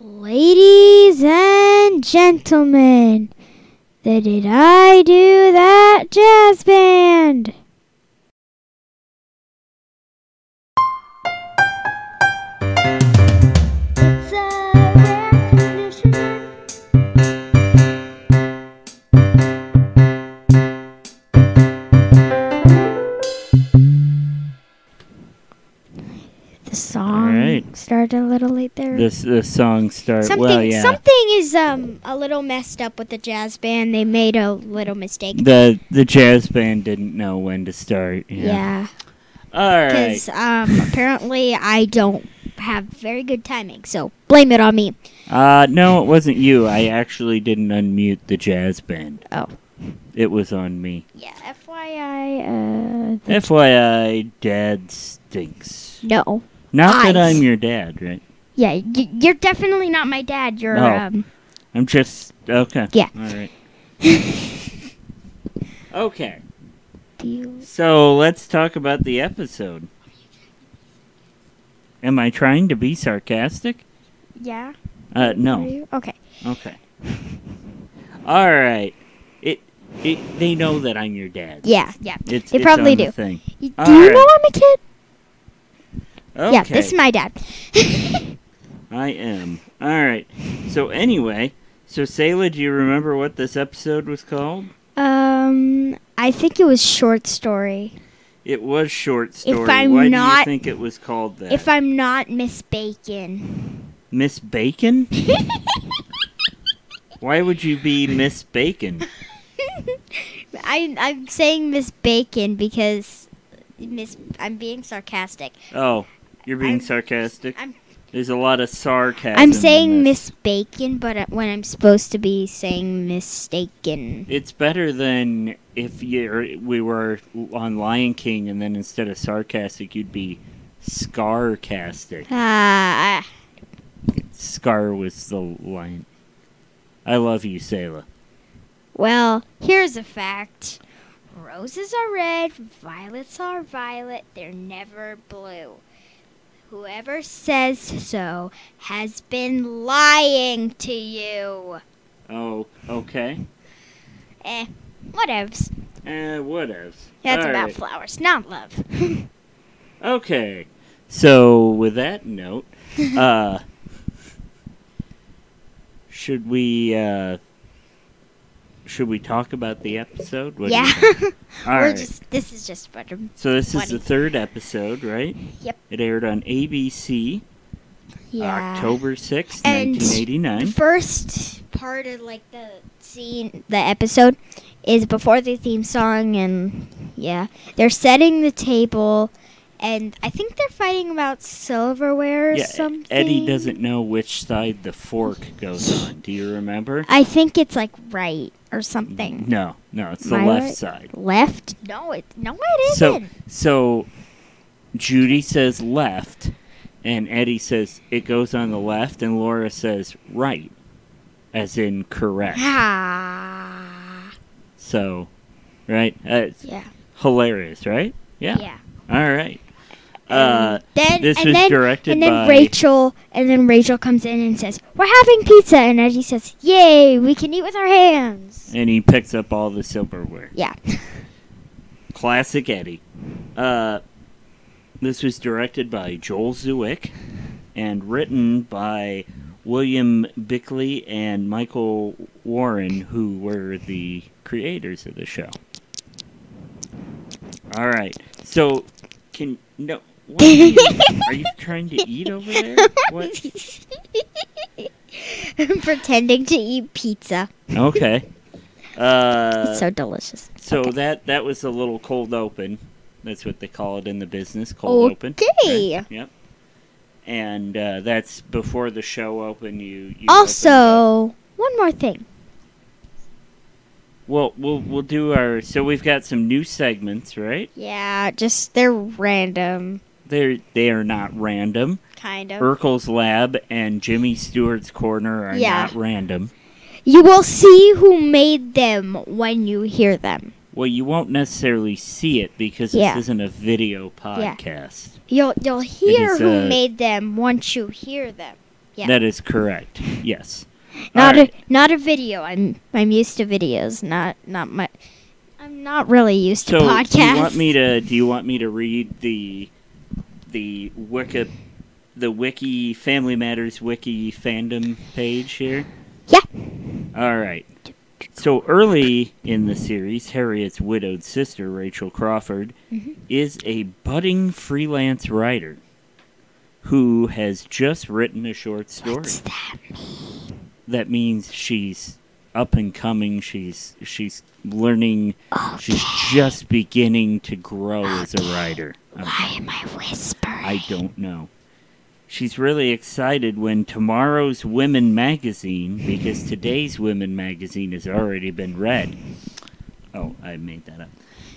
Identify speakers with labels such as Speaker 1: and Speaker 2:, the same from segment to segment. Speaker 1: Ladies and gentlemen, the Did I Do That Jazz Band! It's a rare condition. The song
Speaker 2: right.
Speaker 1: started a little late there.
Speaker 2: This the song start
Speaker 1: Something
Speaker 2: well, yeah.
Speaker 1: something is um a little messed up with the jazz band. They made a little mistake.
Speaker 2: the the jazz band didn't know when to start. Yeah.
Speaker 1: Yeah,
Speaker 2: All right.
Speaker 1: because um apparently I don't have very good timing, so blame it on me.
Speaker 2: Uh, no, it wasn't you. I actually didn't unmute the jazz band.
Speaker 1: Oh.
Speaker 2: It was on me.
Speaker 1: Yeah, FYI, uh,
Speaker 2: FYI, dad stinks.
Speaker 1: no.
Speaker 2: Not that
Speaker 1: Eyes.
Speaker 2: I'm your dad, right?
Speaker 1: Yeah, y- you're definitely not my dad. You're
Speaker 2: Oh.
Speaker 1: um
Speaker 2: I'm just okay.
Speaker 1: Yeah.
Speaker 2: All right. okay.
Speaker 1: you
Speaker 2: So let's talk about the episode. Am I trying to be sarcastic?
Speaker 1: yeah.
Speaker 2: Uh, no.
Speaker 1: Are you? Okay.
Speaker 2: Okay. All right. It, it. They know that I'm your dad.
Speaker 1: Yeah, yeah.
Speaker 2: It's,
Speaker 1: They
Speaker 2: it's
Speaker 1: probably
Speaker 2: on the
Speaker 1: do.
Speaker 2: thing.
Speaker 1: Y- Do
Speaker 2: All
Speaker 1: you know
Speaker 2: right.
Speaker 1: I'm a kid?
Speaker 2: Okay.
Speaker 1: Yeah, this is my dad.
Speaker 2: I am. All right. So anyway, so Sayla, do you remember what this episode was called?
Speaker 1: um, I think it was short story.
Speaker 2: It was short story.
Speaker 1: I'm
Speaker 2: Why do you
Speaker 1: not-
Speaker 2: think it was called that?
Speaker 1: If I'm not Miss Bacon.
Speaker 2: Miss Bacon? Why would you be Miss Bacon?
Speaker 1: I, I'm saying Miss Bacon because Miss. I'm being sarcastic.
Speaker 2: Oh, you're being
Speaker 1: I'm-
Speaker 2: sarcastic.
Speaker 1: I'm-
Speaker 2: There's a lot of sarcasm.
Speaker 1: I'm
Speaker 2: in
Speaker 1: saying
Speaker 2: this.
Speaker 1: Miss Bacon, but uh, when I'm supposed to be saying mistaken.
Speaker 2: It's better than if you we were on Lion King, and then instead of sarcastic, you'd be scarcastic.
Speaker 1: Ah, I-
Speaker 2: Scar was the lion. I love you, Sayla.
Speaker 1: well, here's a fact. Roses are red, violets are violet, they're never blue. Whoever says so has been lying to you.
Speaker 2: Oh, okay.
Speaker 1: Eh, whatevs.
Speaker 2: Eh, what else?
Speaker 1: That's
Speaker 2: All
Speaker 1: about
Speaker 2: right.
Speaker 1: flowers, not love.
Speaker 2: Okay. So with that note, uh should we uh should we talk about the episode? What do you
Speaker 1: yeah.
Speaker 2: think? All
Speaker 1: We're
Speaker 2: right. Uh,
Speaker 1: just this is just better.
Speaker 2: so this is
Speaker 1: funny.
Speaker 2: the third episode, right?
Speaker 1: Yep.
Speaker 2: It aired on ABC
Speaker 1: Yeah.
Speaker 2: October sixth,
Speaker 1: And-
Speaker 2: nineteen
Speaker 1: The
Speaker 2: eighty-nine.
Speaker 1: first part of like the scene, the episode is before the theme song and yeah, they're setting the table and I think they're fighting about silverware or
Speaker 2: Yeah,
Speaker 1: something.
Speaker 2: Eddie doesn't know which side the fork goes on. Do you remember?
Speaker 1: I think it's like right or something.
Speaker 2: No, no, it's
Speaker 1: My
Speaker 2: the
Speaker 1: right?
Speaker 2: left side.
Speaker 1: Left? No, it no it
Speaker 2: So
Speaker 1: isn't.
Speaker 2: so Judy says left and Eddie says it goes on the left and Laura says right as in correct.
Speaker 1: Ah.
Speaker 2: So right? Uh, it's
Speaker 1: Yeah.
Speaker 2: hilarious, right? Yeah.
Speaker 1: Yeah.
Speaker 2: All right. Uh
Speaker 1: Then
Speaker 2: this
Speaker 1: and
Speaker 2: was
Speaker 1: then
Speaker 2: directed
Speaker 1: and then
Speaker 2: by
Speaker 1: Rachel and then Rachel comes in and says, "We're having pizza," and Eddie says, "Yay, we can eat with our hands."
Speaker 2: and he picks up all the silverware.
Speaker 1: Yeah,
Speaker 2: Classic Eddie. Uh this was directed by Joel Zuick and written by William Bickley and Michael Warren, who were the creators of the show. All right. So, can no? What are, you, are you trying to eat over there? What?
Speaker 1: I'm pretending to eat pizza.
Speaker 2: Okay. Uh,
Speaker 1: it's so delicious.
Speaker 2: so
Speaker 1: okay.
Speaker 2: that that was a little cold open. That's what they call it in the business,
Speaker 1: Oh,
Speaker 2: cold open.
Speaker 1: Okay.
Speaker 2: Right, Yep. And uh, that's before the show open. You, you open it up.
Speaker 1: Also, one more thing.
Speaker 2: well, we'll we'll do our. So we've got some new segments, right?
Speaker 1: Yeah, just they're random,
Speaker 2: They're they are not random.
Speaker 1: kind of.
Speaker 2: Urkel's lab and Jimmy Stewart's corner are
Speaker 1: Yeah.
Speaker 2: not random.
Speaker 1: you will see who made them when you hear them.
Speaker 2: Well, you won't necessarily see it because
Speaker 1: Yeah.
Speaker 2: this isn't a video podcast.
Speaker 1: You'll you'll
Speaker 2: It
Speaker 1: hear
Speaker 2: is,
Speaker 1: who
Speaker 2: uh,
Speaker 1: made them once you hear them. Yeah.
Speaker 2: That is correct. Yes.
Speaker 1: Not
Speaker 2: Alright.
Speaker 1: a not a video. I'm I'm used to videos. Not not my. I'm not really used
Speaker 2: so
Speaker 1: to podcasts.
Speaker 2: do you want me to do you want me to read the the wiki the wiki family matters wiki fandom page here
Speaker 1: Yeah.
Speaker 2: all right so early in the series harriet's widowed sister rachel crawford
Speaker 1: Mhm.
Speaker 2: is a budding freelance writer who has just written a short story
Speaker 1: What's that?
Speaker 2: that means she's up and coming she's she's learning she's just beginning to grow as a writer Um,
Speaker 1: Why am I whispering?
Speaker 2: i don't know she's really excited when tomorrow's women magazine because today's women magazine has already been read oh i made that up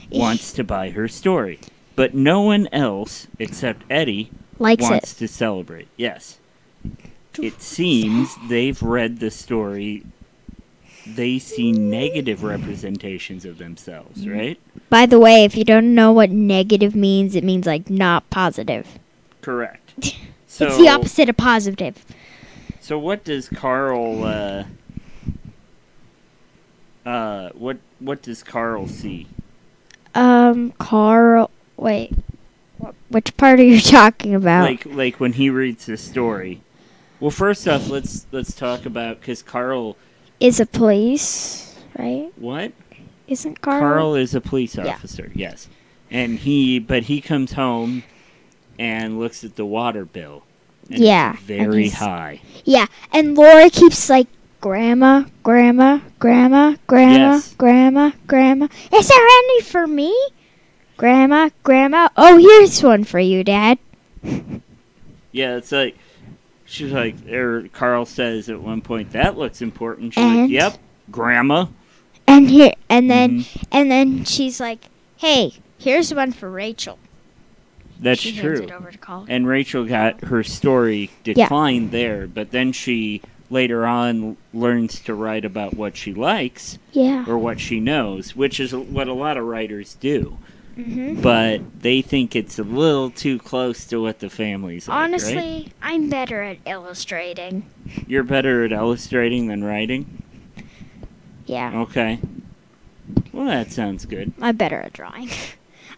Speaker 2: wants to buy her story but no one else except eddie
Speaker 1: Likes
Speaker 2: wants to celebrate. Yes. It seems they've read the story. They see negative representations of themselves,
Speaker 1: Mm-hmm.
Speaker 2: right?
Speaker 1: it. By the way, if you don't know what negative means, it means like not positive.
Speaker 2: Correct. So,
Speaker 1: it's the opposite of positive.
Speaker 2: so what does Carl? Uh, uh, what what does Carl see?
Speaker 1: Um, Carl. Wait. What, which part are you talking about?
Speaker 2: Like like when he reads the story. Well, first off, let's let's talk about because Carl.
Speaker 1: Is a police right?
Speaker 2: What?
Speaker 1: Isn't
Speaker 2: Carl is a police
Speaker 1: Yeah.
Speaker 2: officer, yes. And he but he comes home and looks at the water bill. And
Speaker 1: Yeah,
Speaker 2: It's
Speaker 1: and
Speaker 2: very
Speaker 1: he's-
Speaker 2: high.
Speaker 1: Yeah, and Laura keeps like, Grandma, Grandma, Grandma, Grandma,
Speaker 2: Yes.
Speaker 1: Grandma, Grandma. Is there any for me? Grandma, Grandma. Oh, here's one for you, Dad.
Speaker 2: Yeah, it's like she's like or Carl says at one point, That looks important. She's like,
Speaker 1: And?
Speaker 2: Yep, grandma.
Speaker 1: And here, and then,
Speaker 2: Mm-hmm.
Speaker 1: and then she's like, Hey, here's one for Rachel.
Speaker 2: That's
Speaker 1: she hands
Speaker 2: true.
Speaker 1: it over to Colin.
Speaker 2: And Rachel got her story declined there, but then she later on learns to write about what she likes
Speaker 1: Yeah.
Speaker 2: or what she knows, which is what a lot of writers do.
Speaker 1: hmm
Speaker 2: but they think it's a little too close to what the family's like. right?
Speaker 1: Honestly, I'm better at illustrating.
Speaker 2: you're better at illustrating than writing.
Speaker 1: Yeah,
Speaker 2: Okay. Well, that sounds good.
Speaker 1: I'm better at drawing.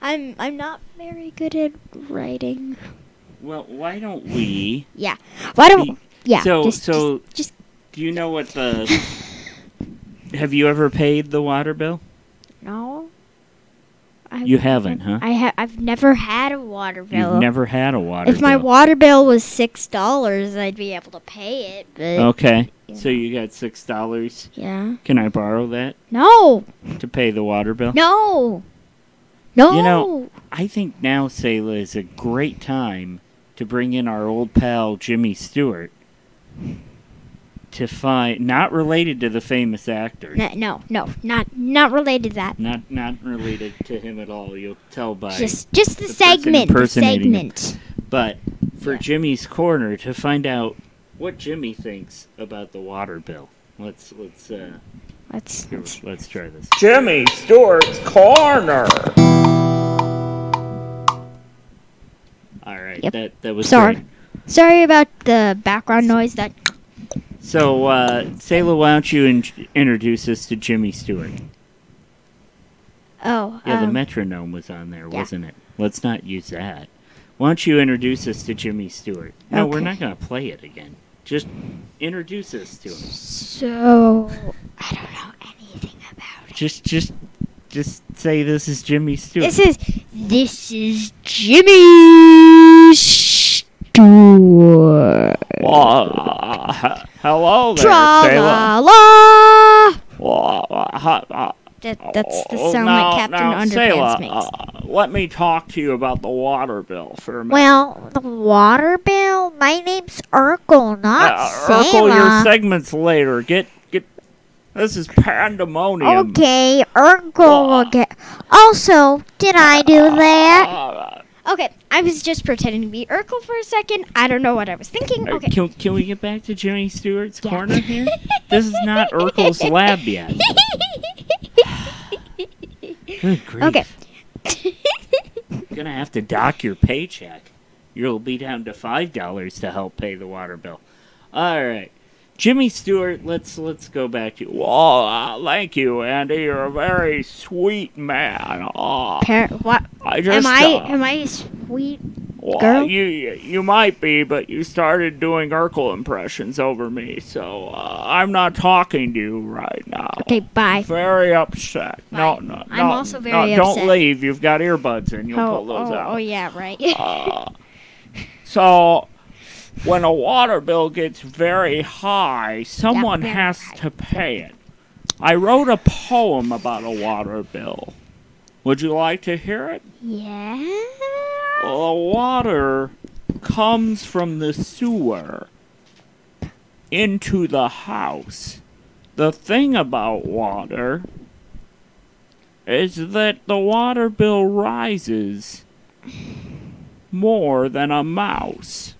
Speaker 1: I'm I'm not very good at writing.
Speaker 2: Well, why don't we?
Speaker 1: Why don't? Yeah.
Speaker 2: so,
Speaker 1: just-
Speaker 2: so,
Speaker 1: just-
Speaker 2: do you know what the? have you ever paid the water bill?
Speaker 1: No. I,
Speaker 2: You haven't, huh?
Speaker 1: I ha- I've never had a water bill.
Speaker 2: You've never had a water
Speaker 1: if my
Speaker 2: bill.
Speaker 1: water bill was six dollars, I'd be able to pay it. But
Speaker 2: okay.
Speaker 1: Yeah.
Speaker 2: So you got six dollars.
Speaker 1: yeah,
Speaker 2: Can I borrow that
Speaker 1: no,
Speaker 2: to pay the water bill?
Speaker 1: no, no.
Speaker 2: You know- I think now, Selah, is a great time to bring in our old pal Jimmy Stewart to find not related to the famous actor.
Speaker 1: N- no, no, not not related to that.
Speaker 2: Not not related to him at all, you'll tell by
Speaker 1: Just just the,
Speaker 2: the person
Speaker 1: segment, the
Speaker 2: impersonating him.
Speaker 1: segment.
Speaker 2: but for
Speaker 1: Yeah.
Speaker 2: Jimmy's corner to find out what Jimmy thinks about the water bill. Let's let's uh
Speaker 1: Let's,
Speaker 2: here,
Speaker 1: let's
Speaker 2: let's try this.
Speaker 3: Jimmy Stewart's Corner.
Speaker 2: All right,
Speaker 1: Yep.
Speaker 2: that that was
Speaker 1: Sorry.
Speaker 2: great.
Speaker 1: sorry about the background noise. That
Speaker 2: So uh Selah, why don't you in- introduce us to Jimmy Stewart?
Speaker 1: oh
Speaker 2: Yeah, the
Speaker 1: um,
Speaker 2: metronome was on there,
Speaker 1: yeah.
Speaker 2: wasn't it? Let's not use that. Why don't you introduce us to Jimmy Stewart? No, we're
Speaker 1: Okay.
Speaker 2: not going to play it again. Just introduce us to him.
Speaker 1: so I don't know anything about it.
Speaker 2: Just, just, just say this is Jimmy Stewart.
Speaker 1: This is this is Jimmy Stewart.
Speaker 3: hello there,
Speaker 1: Tra
Speaker 3: Sailor.
Speaker 1: la la.
Speaker 3: Wah, wah, ha, ah,
Speaker 1: That, that's the
Speaker 3: oh,
Speaker 1: sound
Speaker 3: now-
Speaker 1: that Captain
Speaker 3: now,
Speaker 1: Underpants
Speaker 3: Sailor,
Speaker 1: makes.
Speaker 3: uh, let me talk to you about the water bill for a minute.
Speaker 1: well, the water bill. My name's Urkel, not
Speaker 3: uh,
Speaker 1: Sailor.
Speaker 3: Urkel, your segments later. Get, get. This is pandemonium.
Speaker 1: okay, Urkel will get. Also, did I do that?
Speaker 3: Uh,
Speaker 1: Okay, I was just pretending to be Urkel for a second. I don't know what I was thinking.
Speaker 2: Uh,
Speaker 1: Okay.
Speaker 2: Can, can we get back to Jimmy Stewart's
Speaker 1: Yeah.
Speaker 2: corner here? this is not Urkel's lab yet. Good grief.
Speaker 1: okay.
Speaker 2: You're going to have to dock your paycheck. You'll be down to $5 to help pay the water bill. All right. Jimmy Stewart, let's let's go back to you.
Speaker 3: Well, uh, thank you, Andy. You're a very sweet man. Oh,
Speaker 1: Par- what?
Speaker 3: I just
Speaker 1: Am I
Speaker 3: uh,
Speaker 1: am I a sweet?
Speaker 3: well,
Speaker 1: girl?
Speaker 3: You you might be, but you started doing Urkel impressions over me, so uh, I'm not talking to you right now.
Speaker 1: Okay, bye.
Speaker 3: Very upset. No,
Speaker 1: Fine.
Speaker 3: no, no.
Speaker 1: I'm also
Speaker 3: no,
Speaker 1: very
Speaker 3: Don't
Speaker 1: upset.
Speaker 3: leave. You've got earbuds in. You'll
Speaker 1: Oh,
Speaker 3: pull those
Speaker 1: oh,
Speaker 3: out.
Speaker 1: oh, yeah, right.
Speaker 3: Uh, so when a water bill gets very high, someone
Speaker 1: very
Speaker 3: has to pay it. I wrote a poem about a water bill. Would you like to hear it?
Speaker 1: yeah.
Speaker 3: The water comes from the sewer into the house. The thing about water is that the water bill rises more than a mouse.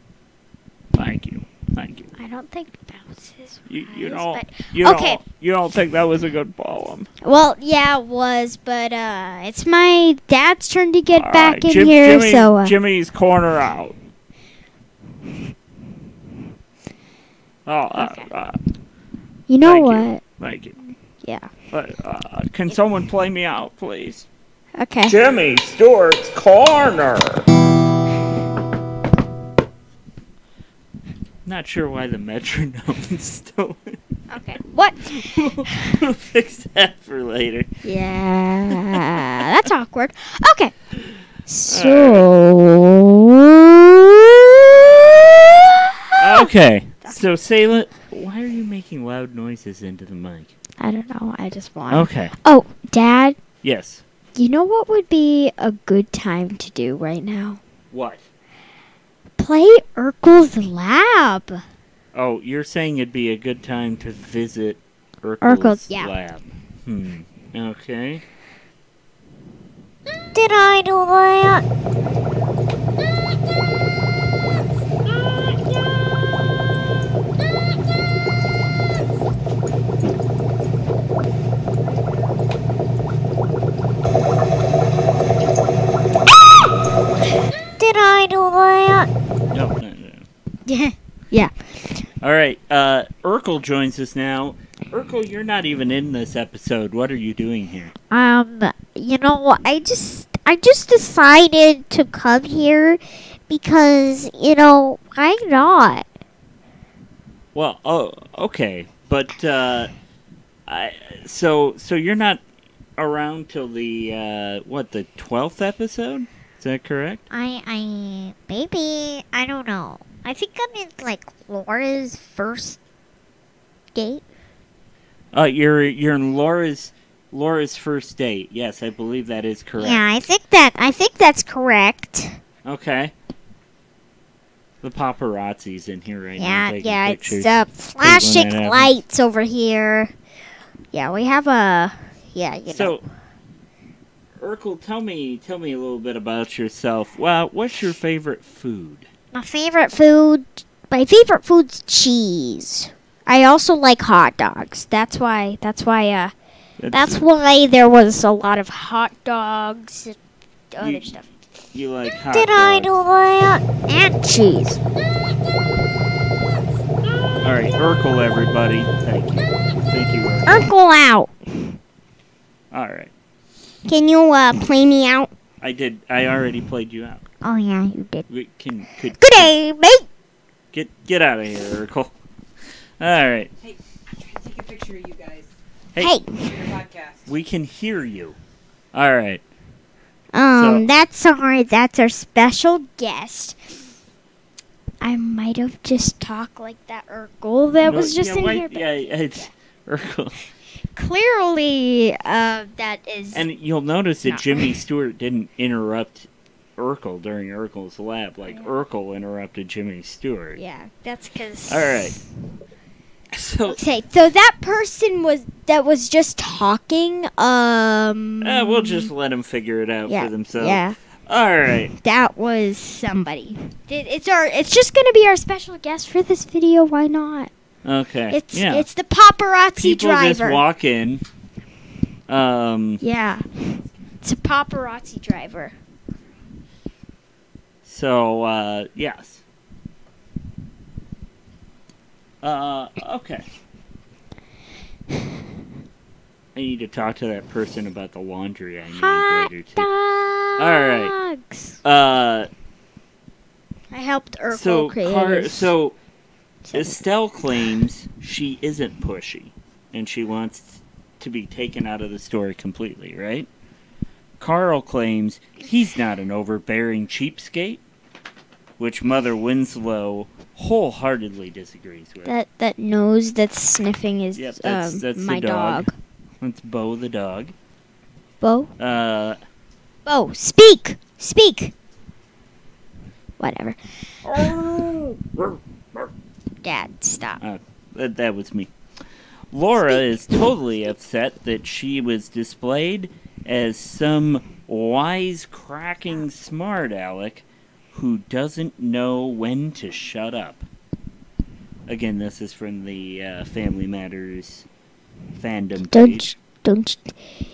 Speaker 3: Thank you. Thank you.
Speaker 1: I don't think bounces.
Speaker 3: You, you
Speaker 1: rise,
Speaker 3: don't
Speaker 1: but-
Speaker 3: you
Speaker 1: Okay.
Speaker 3: don't you don't think that was a good poem.
Speaker 1: well, yeah, it was, but uh, it's my dad's turn to get
Speaker 3: All
Speaker 1: back
Speaker 3: right,
Speaker 1: in
Speaker 3: Jim-
Speaker 1: here.
Speaker 3: Jimmy-
Speaker 1: so uh,
Speaker 3: Jimmy's corner out. Oh, uh,
Speaker 1: Okay.
Speaker 3: uh,
Speaker 1: you know
Speaker 3: thank
Speaker 1: what?
Speaker 3: you. thank you.
Speaker 1: Yeah.
Speaker 3: Uh, uh, can someone play me out, please?
Speaker 1: Okay.
Speaker 3: Jimmy Stewart's corner.
Speaker 2: Not sure why the metronome's still.
Speaker 1: Okay. What?
Speaker 2: we'll fix that for later.
Speaker 1: Yeah, that's awkward. Okay. So.
Speaker 2: Okay. So Salem, why are you making loud noises into the mic?
Speaker 1: I don't know. I just want.
Speaker 2: Okay.
Speaker 1: Oh, Dad,
Speaker 2: Yes.
Speaker 1: you know what would be a good time to do right now?
Speaker 2: What?
Speaker 1: Play Urkel's Lab.
Speaker 2: Oh, you're saying it'd be a good time to visit Urkel's,
Speaker 1: Urkel's, yeah.
Speaker 2: lab. Hmm. Okay.
Speaker 4: Did I do that? Did I do that?
Speaker 2: No, no, no.
Speaker 1: Yeah.
Speaker 2: All right. Uh, Urkel joins us now. Urkel, you're not even in this episode. What are you doing here?
Speaker 4: Um, you know, I just I just decided to come here because, you know, why not?
Speaker 2: Well, oh, okay. But uh, I so so you're not around till the uh, what the twelfth episode? Is that correct?
Speaker 4: I I maybe I don't know. I think I'm in like Laura's first date.
Speaker 2: Uh, you're you're in Laura's Laura's first date. Yes, I believe that is correct.
Speaker 4: Yeah, I think that I think that's correct.
Speaker 2: Okay. The paparazzi's in here right now
Speaker 4: yeah,
Speaker 2: taking
Speaker 4: yeah,
Speaker 2: pictures.
Speaker 4: it's uh, flashing
Speaker 2: that happens.
Speaker 4: lights over here. Yeah, we have a yeah, you know.
Speaker 2: so, Urkel, tell me tell me a little bit about yourself. Well, what's your favorite food?
Speaker 4: My favorite food, my favorite food's cheese. I also like hot dogs. That's why. That's why. Uh, that's why there was a lot of hot dogs and other
Speaker 2: You-
Speaker 4: stuff.
Speaker 2: you like hot
Speaker 4: Did I
Speaker 2: dogs.
Speaker 4: do that? And cheese.
Speaker 2: All right, Urkel, everybody. Thank you. Thank you. Urkel.
Speaker 4: Urkel out. Uh,
Speaker 2: All right.
Speaker 4: Can you uh, play me out?
Speaker 2: I did. I already played you out.
Speaker 4: Oh yeah, you did.
Speaker 2: We can could
Speaker 4: Good day, mate.
Speaker 2: get get out of here, Urkel. All right.
Speaker 5: trying to take a picture of you guys
Speaker 4: Hey.
Speaker 5: for your podcast.
Speaker 2: We can hear you. All right.
Speaker 4: Um,
Speaker 2: So-
Speaker 4: that's our that's our special.
Speaker 1: Guest. I might have just talked like that Urkel that
Speaker 2: No,
Speaker 1: was just
Speaker 2: yeah,
Speaker 1: in
Speaker 2: why-
Speaker 1: here. But
Speaker 2: Yeah, it's Urkel.
Speaker 1: Clearly, uh, that is.
Speaker 2: And you'll notice that
Speaker 1: No.
Speaker 2: Jimmy Stewart didn't interrupt Urkel during Urkel's lab, like Urkel interrupted Jimmy Stewart.
Speaker 1: yeah, that's because.
Speaker 2: All right. So,
Speaker 1: Okay, so that person was that was just talking. Um,
Speaker 2: uh, we'll just let him figure it out
Speaker 1: Yeah,
Speaker 2: for themselves.
Speaker 1: yeah,
Speaker 2: All right.
Speaker 1: that was somebody. It, it's our. It's just gonna be our special guest for this video. Why not?
Speaker 2: Okay.
Speaker 1: It's
Speaker 2: yeah.
Speaker 1: it's the paparazzi
Speaker 2: People just
Speaker 1: driver.
Speaker 2: walk in. Um.
Speaker 1: yeah, it's a paparazzi driver.
Speaker 2: So, uh, yes. Uh, okay. I need to talk to that person about the laundry I need
Speaker 1: Hot
Speaker 2: later too.
Speaker 1: dogs.
Speaker 2: right. Uh,
Speaker 1: I helped Urkel
Speaker 2: so
Speaker 1: create
Speaker 2: Car-
Speaker 1: this.
Speaker 2: so Estelle claims she isn't pushy, and she wants to be taken out of the story completely. Right? Carl claims he's not an overbearing cheapskate, which Mother Winslow wholeheartedly disagrees with.
Speaker 4: That that nose that's sniffing is
Speaker 2: Yep, that's-
Speaker 4: um,
Speaker 2: that's the
Speaker 4: my
Speaker 2: dog.
Speaker 4: dog.
Speaker 2: That's Bo the dog.
Speaker 4: Bo,
Speaker 2: Uh,
Speaker 4: Bo, speak, speak. Whatever. Dad, stop.
Speaker 2: Uh, that, that was me. Laura is totally upset that she was displayed as some wisecracking smart aleck who doesn't know when to shut up. Again, this is from the uh, Family Matters fandom page.
Speaker 4: Don't don't.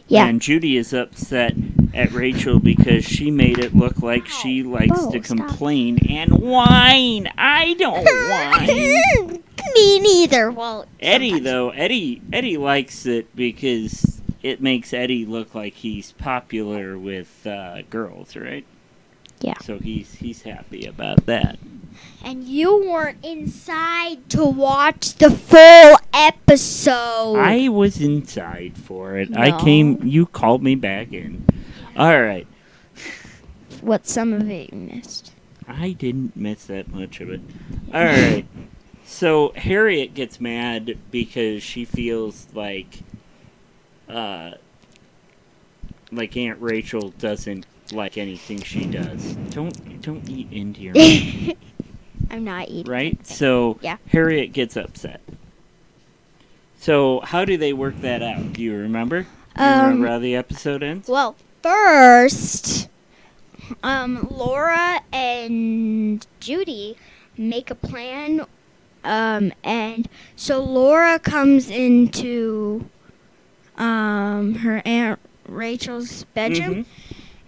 Speaker 4: Yeah.
Speaker 2: And Judy is upset at Rachel because she made it look like she likes
Speaker 4: Bo,
Speaker 2: to
Speaker 4: Oh, stop.
Speaker 2: complain and whine. I don't whine.
Speaker 4: Me neither. Well,
Speaker 2: Eddie though, Eddie Eddie likes it because it makes Eddie look like he's popular with uh, girls, right?
Speaker 4: Yeah.
Speaker 2: So he's he's happy about that.
Speaker 1: and you weren't inside to watch the full episode.
Speaker 2: I was inside for it. I came. You called me back in. All right.
Speaker 4: what some of it you missed.
Speaker 2: I didn't miss that much of it. All right. So Harriet gets mad because she feels like, uh, like Aunt Rachel doesn't like anything she does. Don't don't eat into your mouth,
Speaker 4: I'm not eating.
Speaker 2: right? So
Speaker 4: Yeah.
Speaker 2: Harriet gets upset. So how do they work that out? Do you remember? Do you
Speaker 1: Um,
Speaker 2: remember how the episode ends?
Speaker 1: Well, first, um, Laura and Judy make a plan, um, and so Laura comes into um, her aunt Rachel's bedroom,
Speaker 2: Mhm.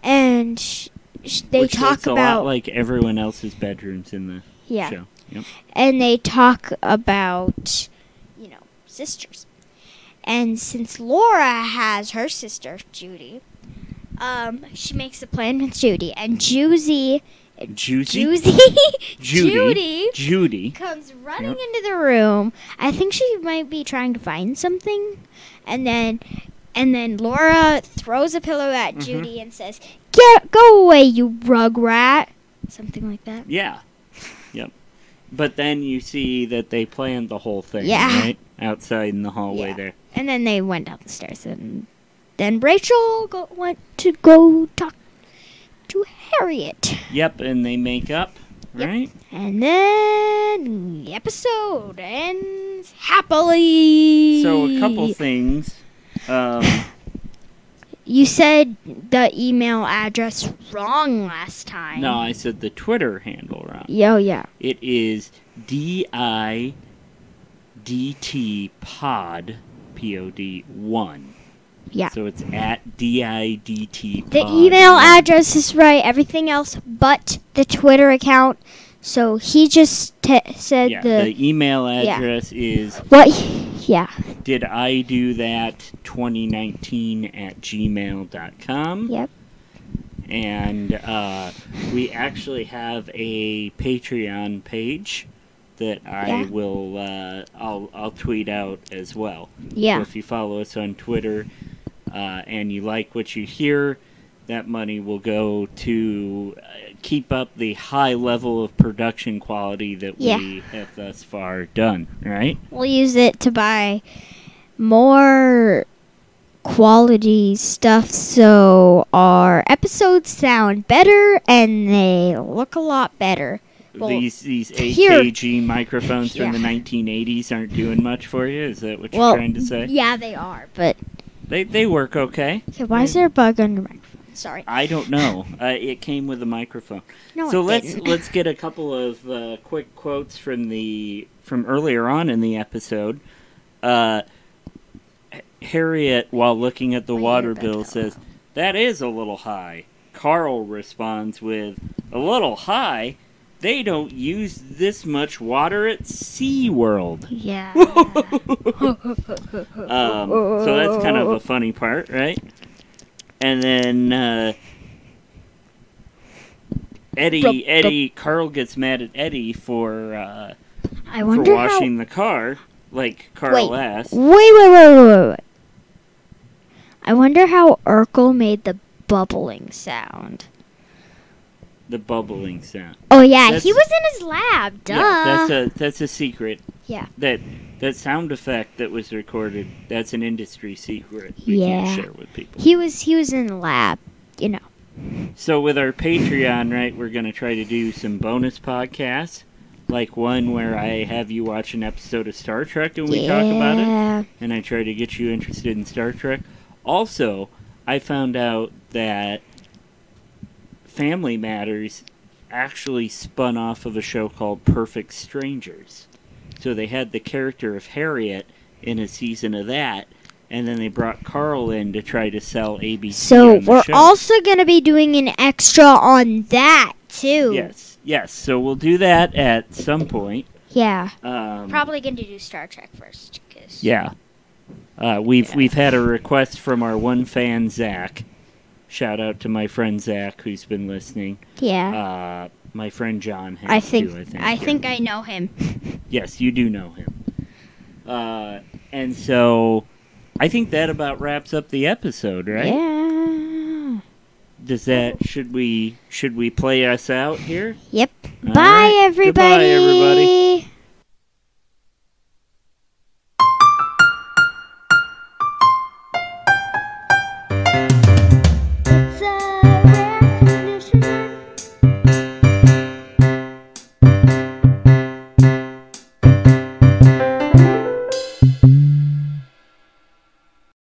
Speaker 1: and sh- sh- they
Speaker 2: Which
Speaker 1: talk
Speaker 2: looks a
Speaker 1: about
Speaker 2: lot like everyone else's bedrooms in the
Speaker 1: yeah,
Speaker 2: show. Yep.
Speaker 1: and they talk about you know sisters, and since Laura has her sister Judy, um, she makes a plan with Judy, and Juicy
Speaker 2: Juicy.
Speaker 1: Juicy
Speaker 2: Judy.
Speaker 1: Judy
Speaker 2: Judy.
Speaker 1: comes running
Speaker 2: Yep.
Speaker 1: into the room. I think she might be trying to find something, and then and then Laura throws a pillow at
Speaker 2: Mm-hmm.
Speaker 1: Judy and says, "Get go away, you rug rat," something like that.
Speaker 2: Yeah. Yep. But then you see that they planned the whole thing,
Speaker 1: Yeah.
Speaker 2: right? Outside in the hallway
Speaker 1: Yeah.
Speaker 2: there.
Speaker 1: And then they went down the stairs, and then Rachel go, went to go talk to Harriet,
Speaker 2: Yep, and they make up,
Speaker 1: Yep.
Speaker 2: right?
Speaker 1: and then the episode ends happily.
Speaker 2: So a couple things. Um,
Speaker 1: You said the email address wrong last time.
Speaker 2: no, I said the Twitter handle wrong.
Speaker 1: Yo, yeah.
Speaker 2: It is D I D T pod P O D one.
Speaker 1: Yeah.
Speaker 2: So it's at D I D T
Speaker 1: The email address is right, everything else but the Twitter account. So he just t- said
Speaker 2: Yeah,
Speaker 1: the,
Speaker 2: the email
Speaker 1: yeah.
Speaker 2: address is
Speaker 1: what? he- yeah.
Speaker 2: did I do that 2019 at gmail.com.
Speaker 1: Yep.
Speaker 2: And uh, we actually have a Patreon page that I
Speaker 1: Yeah.
Speaker 2: will uh, I'll, I'll tweet out as well. So
Speaker 1: Yeah.
Speaker 2: if you follow us on Twitter uh, and you like what you hear, that money will go to uh, keep up the high level of production quality that we have thus far done, right?
Speaker 1: We'll use it to buy more quality stuff so our episodes sound better and they look a lot better. Well,
Speaker 2: these these
Speaker 1: here-
Speaker 2: AKG microphones from the 1980s aren't doing much for you. Is that what you're
Speaker 1: Well,
Speaker 2: trying to say?
Speaker 1: Yeah, they are, but
Speaker 2: They they work okay.
Speaker 1: okay, why is there a bug on your microphone? Sorry.
Speaker 2: I don't know. uh, it came with a microphone.
Speaker 1: No,
Speaker 2: so
Speaker 1: it
Speaker 2: let's
Speaker 1: didn't.
Speaker 2: let's get a couple of uh, quick quotes from the from earlier on in the episode. Uh, H- Harriet, while looking at the
Speaker 1: Wait,
Speaker 2: water
Speaker 1: but-
Speaker 2: bill, says that is a little high. Carl responds with, "A little high." they don't use this much water at SeaWorld.
Speaker 1: Yeah.
Speaker 2: Um, so that's kind of a funny part, right? And then uh, Eddie, Eddie, Carl gets mad at Eddie for uh,
Speaker 1: I
Speaker 2: for
Speaker 1: wonder how. Wait,
Speaker 2: washing the car, like Carl
Speaker 1: Wait.
Speaker 2: asked.
Speaker 1: wait, wait, wait, wait, wait. I wonder how Urkel made the bubbling sound.
Speaker 2: The bubbling sound.
Speaker 1: Oh yeah, he
Speaker 2: That's-
Speaker 1: was in his lab. Duh.
Speaker 2: Yeah, that's a that's a secret.
Speaker 1: Yeah.
Speaker 2: That that sound effect that was recorded. That's an industry secret. We
Speaker 1: Yeah.
Speaker 2: can't share with people.
Speaker 1: he was he was in the lab. You know.
Speaker 2: So with our Patreon, right, we're gonna try to do some bonus podcasts, like one where I have you watch an episode of Star Trek and we
Speaker 1: yeah.
Speaker 2: talk about it, and I try to get you interested in Star Trek. Also, I found out that Family Matters actually spun off of a show called Perfect Strangers. So they had the character of Harriet in a season of that, and then they brought Carl in to try to sell ABC.
Speaker 1: So
Speaker 2: on the
Speaker 1: we're
Speaker 2: show.
Speaker 1: also gonna be doing an extra on that too.
Speaker 2: Yes, yes. So we'll do that at some point.
Speaker 1: Yeah.
Speaker 2: Um,
Speaker 1: Probably gonna do Star Trek first. 'cause-
Speaker 2: Yeah. Uh, we've we've had a request from our one fan Zach. Shout out to my friend Zach who's been listening.
Speaker 1: Yeah.
Speaker 2: Uh, my friend John. Has
Speaker 1: Uh-huh. I think,
Speaker 2: too, I think.
Speaker 1: I think I know him.
Speaker 2: Yes, you do know him. Uh, and so, I think that about wraps up the episode, right?
Speaker 1: Yeah.
Speaker 2: Does that should we should we play us out here?
Speaker 1: Yep.
Speaker 2: All
Speaker 1: Bye
Speaker 2: right. Goodbye, everybody.
Speaker 1: everybody.